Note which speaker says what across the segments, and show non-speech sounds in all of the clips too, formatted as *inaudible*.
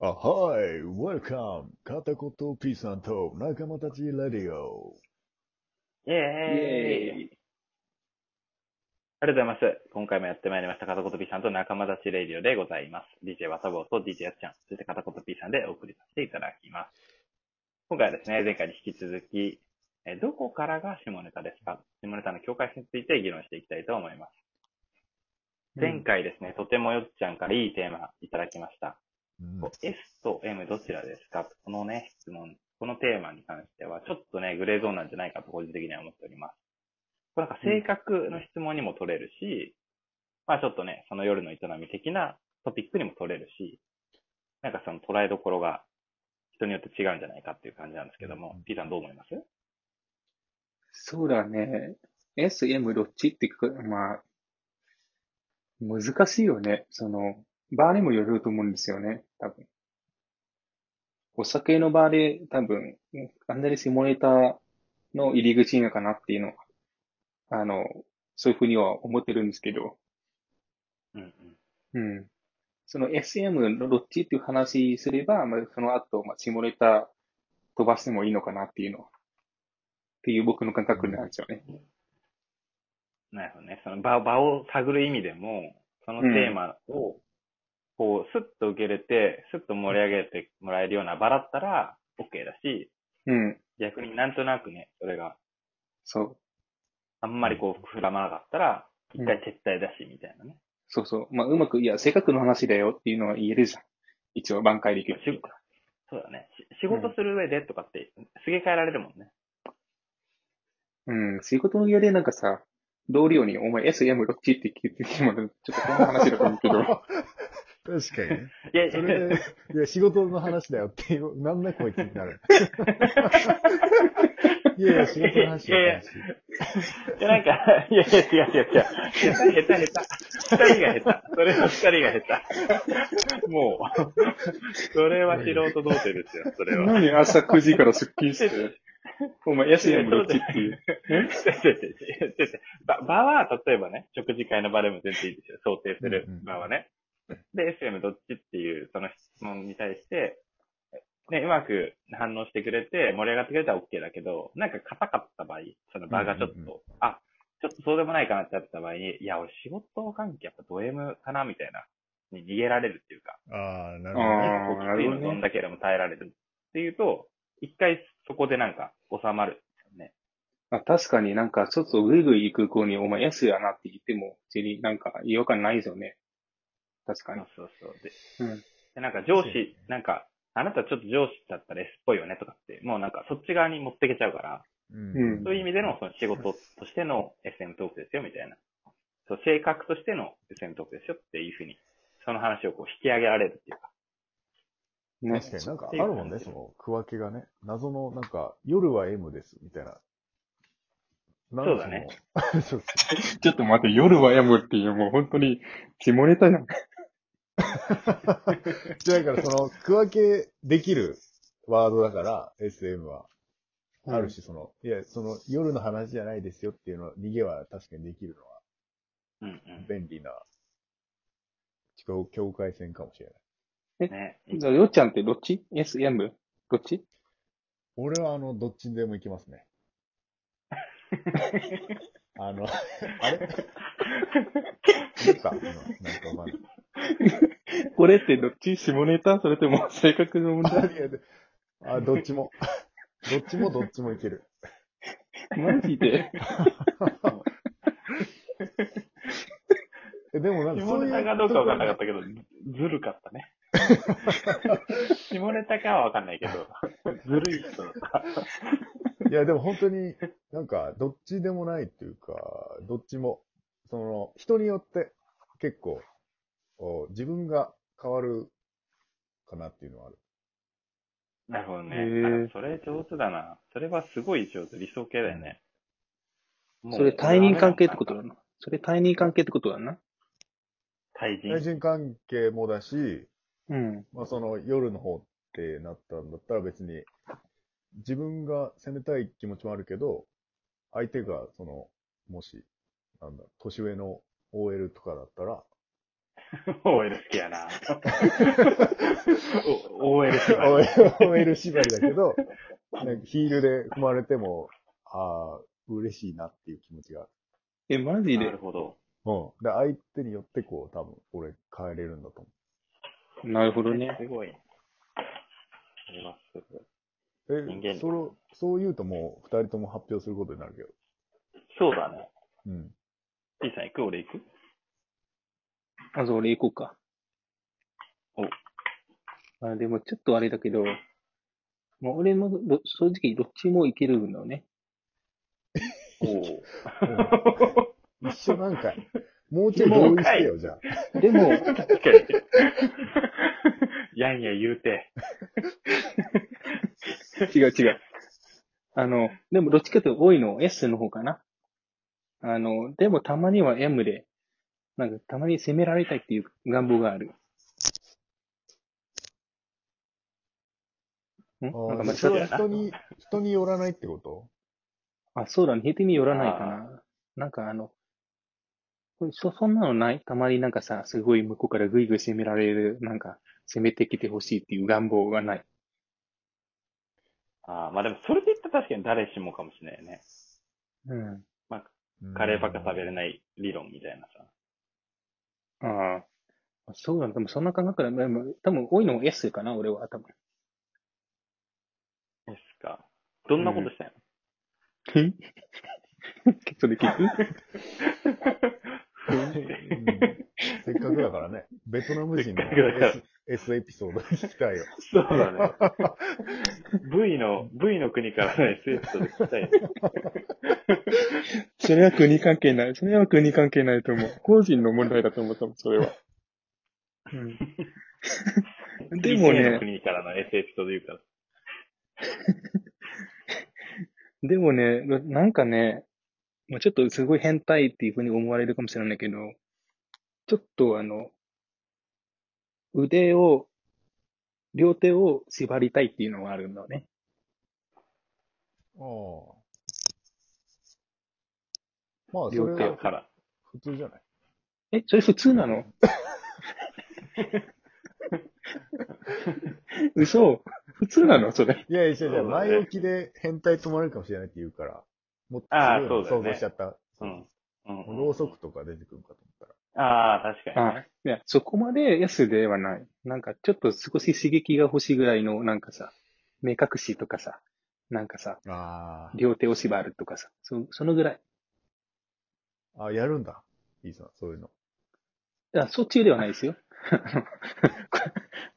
Speaker 1: あ、はい、welcome! 片言 P さんと仲間たちレディオ。
Speaker 2: イェーイ
Speaker 3: イェーイ
Speaker 2: ありがとうございます。今回もやってまいりました、片言 P さんと仲間たちレイディオでございます。DJ ワサボーと DJ やっちゃん、そして片言 P さんでお送りさせていただきます。今回はですね、前回に引き続き、えどこからが下ネタですか下ネタの境界線について議論していきたいと思います。前回ですね、とてもよっちゃんからいいテーマいただきました。
Speaker 1: うん、
Speaker 2: S と M どちらですかこのね、質問、このテーマに関しては、ちょっとね、グレーゾーンなんじゃないかと個人的には思っております。これなんか性格の質問にも取れるし、まあちょっとね、その夜の営み的なトピックにも取れるし、なんかその捉えどころが人によって違うんじゃないかっていう感じなんですけども、
Speaker 1: うん
Speaker 2: P さんどう思います
Speaker 3: そうだね。S、M、どっちって聞く、まあ、難しいよね。その、バーにもよると思うんですよね。多分。お酒のバーで多分、あんなに下ネタの入り口なのかなっていうのは、あの、そういうふうには思ってるんですけど、
Speaker 2: うんうん。
Speaker 3: うん。その SM のどっちっていう話すれば、まあ、その後、まあ、下ネタ飛ばしてもいいのかなっていうのは、っていう僕の感覚なんですよね。
Speaker 2: なるほどね。その場場を探る意味でも、そのテーマを、こう、スッと受け入れて、スッと盛り上げてもらえるような場だったら、OK だし、
Speaker 3: うん、
Speaker 2: 逆になんとなくね、それが
Speaker 3: そう、
Speaker 2: あんまりこう、膨らまなかったら、
Speaker 3: うん
Speaker 2: 一回撤退だし、みたいなね。
Speaker 3: そうそう。まあ、うまく、いや、性格の話だよっていうのは言えるじゃん。一応挽回できる。
Speaker 2: 仕事そうだね。し仕事する上でとかって、すげ替えられるもんね。
Speaker 3: うん、仕事の上でなんかさ、同僚に、お前 SM どっちって聞いてきてもらう、ちょっとこんな話だと思うけ
Speaker 2: *laughs*
Speaker 3: ど、
Speaker 1: 確かにね。
Speaker 2: いやい
Speaker 1: *laughs* そ
Speaker 2: や、
Speaker 1: れで、いや、仕事の話だよっていう、なんだこいつになる。いやいや、仕事の話だよ。
Speaker 2: いやなんか、いやいや、違う違う違う。下手、下手、下手。二人が下手。それは二人が下手。もう、それは素人童貞ですよ、それは。
Speaker 3: 何朝9時からスッキリして、お前 SM どっちって
Speaker 1: *laughs*
Speaker 2: *laughs*
Speaker 3: いう。
Speaker 2: 違う違う違う違う違うば場は、例えばね、食事会の場でも全然いいですよ、想定する
Speaker 1: うんうん
Speaker 2: 場はね。で、SM どっちっていう、その質問に対して、ね、うまく反応してくれて、盛り上がってくれたら OK だけど、なんか硬かった場合、その場がちょっと、
Speaker 1: うんうんう
Speaker 2: あ、ちょっとそうでもないかなってなった場合に、いや、俺仕事関係やっぱド M かなみたいな、に逃げられるっていうか、
Speaker 1: ああ、なる
Speaker 3: あー
Speaker 2: 結構きついの飲んだけども耐えられるっていうと、一回そこでなんか収まる。
Speaker 3: まあ、確かになんか、ちょっとぐいぐい行く子に、お前 S やなって言っても、別になんか違和感ないですよね。確か
Speaker 2: そ
Speaker 3: に
Speaker 2: う。そうそう。で、
Speaker 3: うん。
Speaker 2: でなんか上
Speaker 1: そうね
Speaker 2: 司、なんか、あなたちょっと上司だったら S っぽいよねとかって、もうなんかそっち側に持ってけちゃうから、
Speaker 1: ほど。
Speaker 3: うん
Speaker 2: そういう意味でのその仕事としての SM トークですよみたいな。そう、性格としての SM トークですよっていうふうに、その話をこう引き上げられるっていうか。
Speaker 3: ね。
Speaker 1: 確かになんかあるもんね、その区分けがね。謎の、なんか、夜は M です、みたいな。なんか
Speaker 2: そうだね
Speaker 1: の。 *laughs* そう
Speaker 3: ちょっと待って、夜は M っていう、もう本当に、下ネタじゃん。
Speaker 1: *laughs* そう。だから、その、区分けできるワードだから、SM は。あるし、その、いや、その、夜の話じゃないですよっていうの、逃げは確かにできるのは、
Speaker 2: うんうん。
Speaker 1: 便利な、境境界線かもしれない。
Speaker 2: ね。
Speaker 3: じゃあ、よっちゃんってどっち ?S、M? どっち
Speaker 1: 俺は、あの、どっちにでも行きます
Speaker 2: *laughs*
Speaker 1: ね。あ
Speaker 2: *laughs*
Speaker 1: の、あれ出た今なんかわかんない。
Speaker 3: これってどっち下ネタそれとも性格の問題
Speaker 1: あ、どっちも。 *laughs* どっちもどっちもいける。
Speaker 3: マジで
Speaker 1: えでもなんか
Speaker 2: 下
Speaker 1: そうい
Speaker 2: ネ
Speaker 1: う。
Speaker 2: タかどうかわかんなかったけど、ずずるかったね。下ネタかはわかんないけど、ずるい人だった。
Speaker 1: いや、でも本当に、なんか、どっちでもないっていうか、どっちも、その、人によって結構、お自分が変わるかなっていうのはある。
Speaker 2: なるほどね。
Speaker 3: へー
Speaker 2: あそれ上手だな。それはすごい上手。理想系だよね。もう
Speaker 3: それ対人関係ってことだな。それ対人関係ってことだな。
Speaker 2: 対
Speaker 1: 対
Speaker 2: 人。
Speaker 1: 人関係もだし、
Speaker 3: うん。
Speaker 1: まあその、夜の方ってなったんだったら別に、自分が責めたい気持ちもあるけど、相手が、その、もし、なんだ、年上の OL とかだったら、
Speaker 2: OL 好きやな。お
Speaker 1: *laughs*
Speaker 2: OL 好きやな。
Speaker 1: OL 縛りだけど、なんかヒールで踏まれても、ああ、嬉しいなっていう気持ちがある。
Speaker 3: え、マジ
Speaker 2: な
Speaker 3: で
Speaker 2: るほど。
Speaker 1: うん。で、相手によってこう、多分、俺、変えれるんだと思
Speaker 3: なるほどね。
Speaker 2: すごい。あります。
Speaker 1: う。
Speaker 2: 人間
Speaker 1: え、
Speaker 2: 力
Speaker 1: それ、そう言うともう、二人とも発表することになるけど。
Speaker 2: そうだね。
Speaker 1: うん。
Speaker 2: T さん行く俺行く
Speaker 3: まず俺行こうか。あ、でもちょっとあれだけど、もう俺もど正直どっちもいけるんだよね。
Speaker 2: お
Speaker 1: 一緒なんかい。もうちょい同意して
Speaker 2: *laughs*
Speaker 1: よ、じゃあ。
Speaker 3: でも、
Speaker 2: お。確かに。やんや言うて。
Speaker 3: *laughs* 違う違う。あの、でもどっちかというと多いの S の方かな。あの、でもたまには M で、なんかたまに攻められたいっていう願望がある。ん
Speaker 1: あー
Speaker 3: なんか間違っ
Speaker 1: そ
Speaker 3: た
Speaker 1: れは人に、人によらないってこと
Speaker 3: あ、そうだね。ヘテによらないかな。なんかあの、これそ、そんなのないたまになんかさ、すごい向こうからぐいぐい攻められる、なんか、攻めてきてほしいっていう願望がない。
Speaker 2: ああ、まあでもそれで言ったら確かに誰しもかもしれないよね。
Speaker 3: うん。
Speaker 2: カレーばっか食べ
Speaker 1: る。
Speaker 2: れない理論みたいなさ。
Speaker 3: ああ。そうだね。でもそんな感覚だね。でも多分多いのも S かな、俺は、多分。
Speaker 2: ですか。どんなことしたいの、
Speaker 3: それ聞く
Speaker 1: うんせっかくだからね。ベトナム人の
Speaker 2: せっかくだから
Speaker 1: S, S エピソード聞きたいよ。
Speaker 2: そうだね。V *laughs* の、V の国からの SF で聞きたいね。
Speaker 3: それは国関係ない。それは国関係ないと思う。個人の問題だと思ったもん、それは。 *laughs* うん。で
Speaker 2: V の
Speaker 3: もね、
Speaker 2: 国からの SF というか。
Speaker 3: でもね、ななんかね、まあ、ちょっとすごい変態っていうふうに思われるかもしれないけど、ちょっとあの、腕を、両手を縛りたいっていうのがあるんだよね。
Speaker 1: ああまあ、それ
Speaker 3: 了解
Speaker 1: は
Speaker 2: から。
Speaker 1: 普通じゃない。
Speaker 3: え、それ普通なの嘘普通なのそれ。
Speaker 1: いやいや、いや、
Speaker 2: そうだね
Speaker 1: 前置きで変態止まれるかもしれないって言うから、もっと
Speaker 2: ああ
Speaker 1: 自由に
Speaker 2: そう
Speaker 1: 想
Speaker 2: だよ
Speaker 1: 像
Speaker 2: ね
Speaker 1: しちゃった。
Speaker 2: うん。うん
Speaker 1: ろうそくとか出てくるかと思ったら。
Speaker 2: ああ、確かにね。
Speaker 3: あ、いや、そこまで S ではない。なんかちょっと少し刺激が欲しいぐらいの、なんかさ、目隠しとかさ、なんかさ、
Speaker 1: あ
Speaker 3: 両手を縛るとかさ、そそのぐらい。
Speaker 1: あ。あ、やるんだ。いいさん、そういうの。 *laughs*
Speaker 3: いや、そっちではないですよ。あの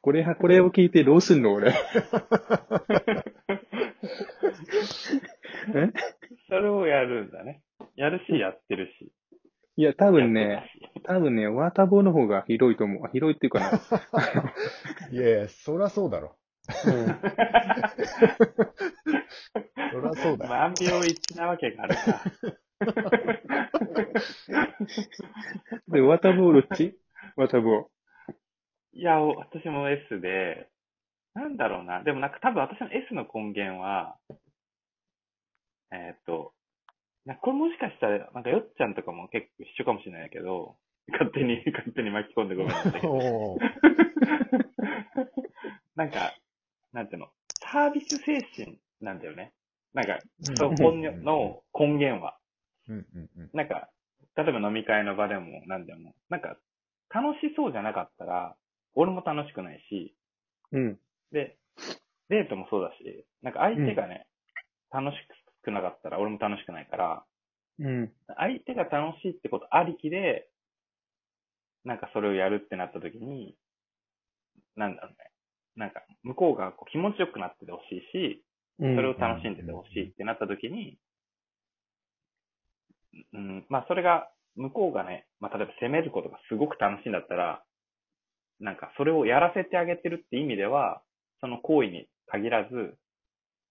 Speaker 3: これは、これを聞いてどうすんの俺。
Speaker 2: それをやるんだね。やるし、やってるし。
Speaker 3: いや、多
Speaker 2: 多
Speaker 3: 分ね、。多分ね、ワータボの方が広いと思う。あ広いっていうかな。
Speaker 1: いやいや、そらそうだろ。そらそうだよ。
Speaker 2: 万病一致なわけがあるか。
Speaker 3: で、ワータボどっちワータボ。
Speaker 2: いや、お私も S で、なんだろうな。でもなんか多分私の S の根源は、えーっと、なこれもしかしたら、なんかよっちゃんとかも結構一緒かもしれないけど、勝
Speaker 1: *laughs*
Speaker 2: 手に、勝手に巻き込んでごめんなさいけど。
Speaker 1: おー
Speaker 2: なんか、なんていうの、サービス精神なんだよね。なんか、
Speaker 1: うん
Speaker 2: そこの根源は。
Speaker 1: うんうんうん。
Speaker 2: なんか、例えば飲み会の場でも何でも、なんか、楽しそうじゃなかったら、俺も楽しくないし、
Speaker 3: うん。
Speaker 2: で、デートもそうだし、なんか相手がね、楽しくなかったら俺も楽しくないから、
Speaker 3: うん。
Speaker 2: 相手が楽しいってことありきで、なんかそれをやるってなった時に、なんだろうね。なんか、向こうがこう気持ちよくなっててほしいし、
Speaker 3: う
Speaker 2: それを
Speaker 3: ん。
Speaker 2: 楽しんでてほしいってなった時に、うん、まあそれが、向こうがね、まあ例えば攻めることがすごく楽しいんだったら、なんかそれをやらせてあげてるって意味では、その行為に限らず、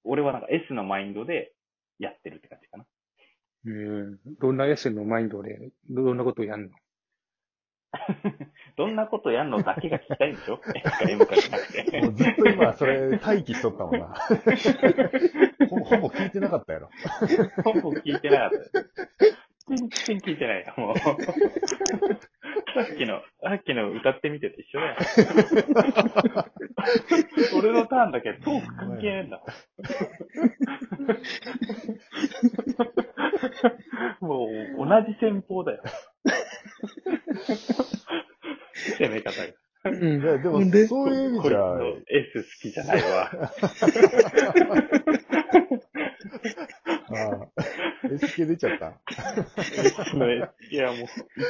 Speaker 2: 俺はなんか S のマインドでやってるって感じかな。
Speaker 3: うんどんなやつのマインドで、どんなことをやんの
Speaker 2: どんなことやんのだけが聞きたいんでしょ ?S か M かじゃなく
Speaker 1: もう
Speaker 2: て。
Speaker 1: ずっと今、それ、待機しとった
Speaker 2: *laughs*
Speaker 1: もんな。ほほぼ聞いてなかったやろ。
Speaker 2: ほぼ聞いてなかった。全然聞いてないよ、もう。さっきの、さっきの歌ってみてと一緒だよ。俺のターンだけトーク関係ないんだ。もう、同じ戦法だよ。攻め方が。
Speaker 3: うん
Speaker 1: いや、でも、
Speaker 3: で
Speaker 1: そういう意味
Speaker 2: こい
Speaker 1: じ
Speaker 2: つ
Speaker 1: ゃ、
Speaker 2: の S 好きじゃないわ。
Speaker 1: ああ、SK 出ちゃった。
Speaker 2: S の S いや、もう、一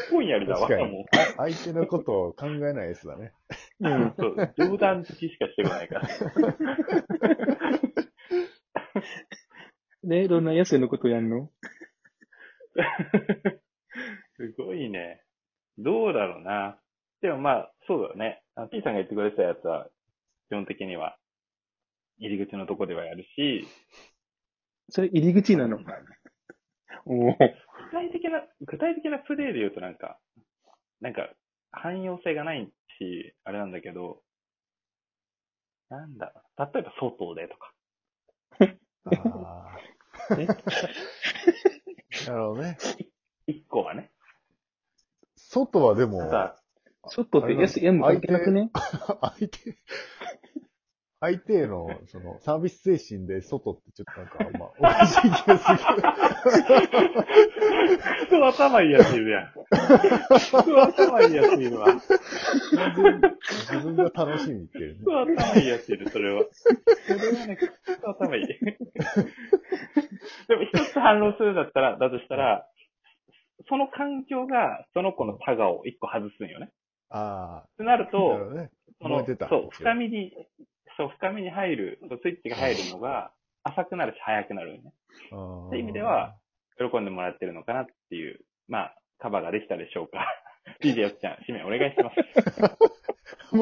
Speaker 2: 本やりだわ、
Speaker 1: 確かに
Speaker 2: もう。
Speaker 1: 相手のことを考えない S だね。
Speaker 3: うん。
Speaker 2: *laughs* そう、冗談好きしかしてこない
Speaker 3: *laughs*
Speaker 2: から。
Speaker 3: で、どんなやつのことやんの
Speaker 2: すごいね。どうだろうな。でもまあ、そうだよね。あ P さんが言ってくれてたやつは、基本的には、入り口のとこではやるし、
Speaker 3: それ入り口なのおお。
Speaker 2: 具体的な、具体的なプレイで言うとなんか、なんか、汎用性がないし、あれなんだけど、なんだ、例えば外でとか。
Speaker 1: ああ。 *laughs* なるほどね。
Speaker 2: 一個はね。
Speaker 1: 外はでも、
Speaker 2: さ
Speaker 3: 外って SM 関係なくね
Speaker 1: 相手、相手への、その、サービス精神で外ってちょっとなんか、まあ、おかしい気がす
Speaker 2: *laughs*
Speaker 1: る。
Speaker 2: 人頭いいやついるやん。
Speaker 3: *laughs*
Speaker 2: 人頭いいやついるわ。
Speaker 1: 自分が楽しみっていうね。
Speaker 2: 人頭いいやついる、それは。それはね、人頭いい。でも一つ反論するんだったら、だとしたら、その環境がその子のタガを一個外すんよね。
Speaker 1: あ
Speaker 2: ってなる
Speaker 1: あ。なる
Speaker 2: と
Speaker 1: ほ、どね。
Speaker 2: そ
Speaker 1: 燃
Speaker 2: の
Speaker 1: えてた
Speaker 2: そう、
Speaker 1: 一応
Speaker 2: 深みに、そう、深みに入る、そうスイッチが入るのが、浅くなるし早くなるよね。
Speaker 1: ああ
Speaker 2: そういう意味では、喜んでもらってるのかなっていう、まあ、カバーができたでしょうか。DJ やつちゃん、締めお願いします。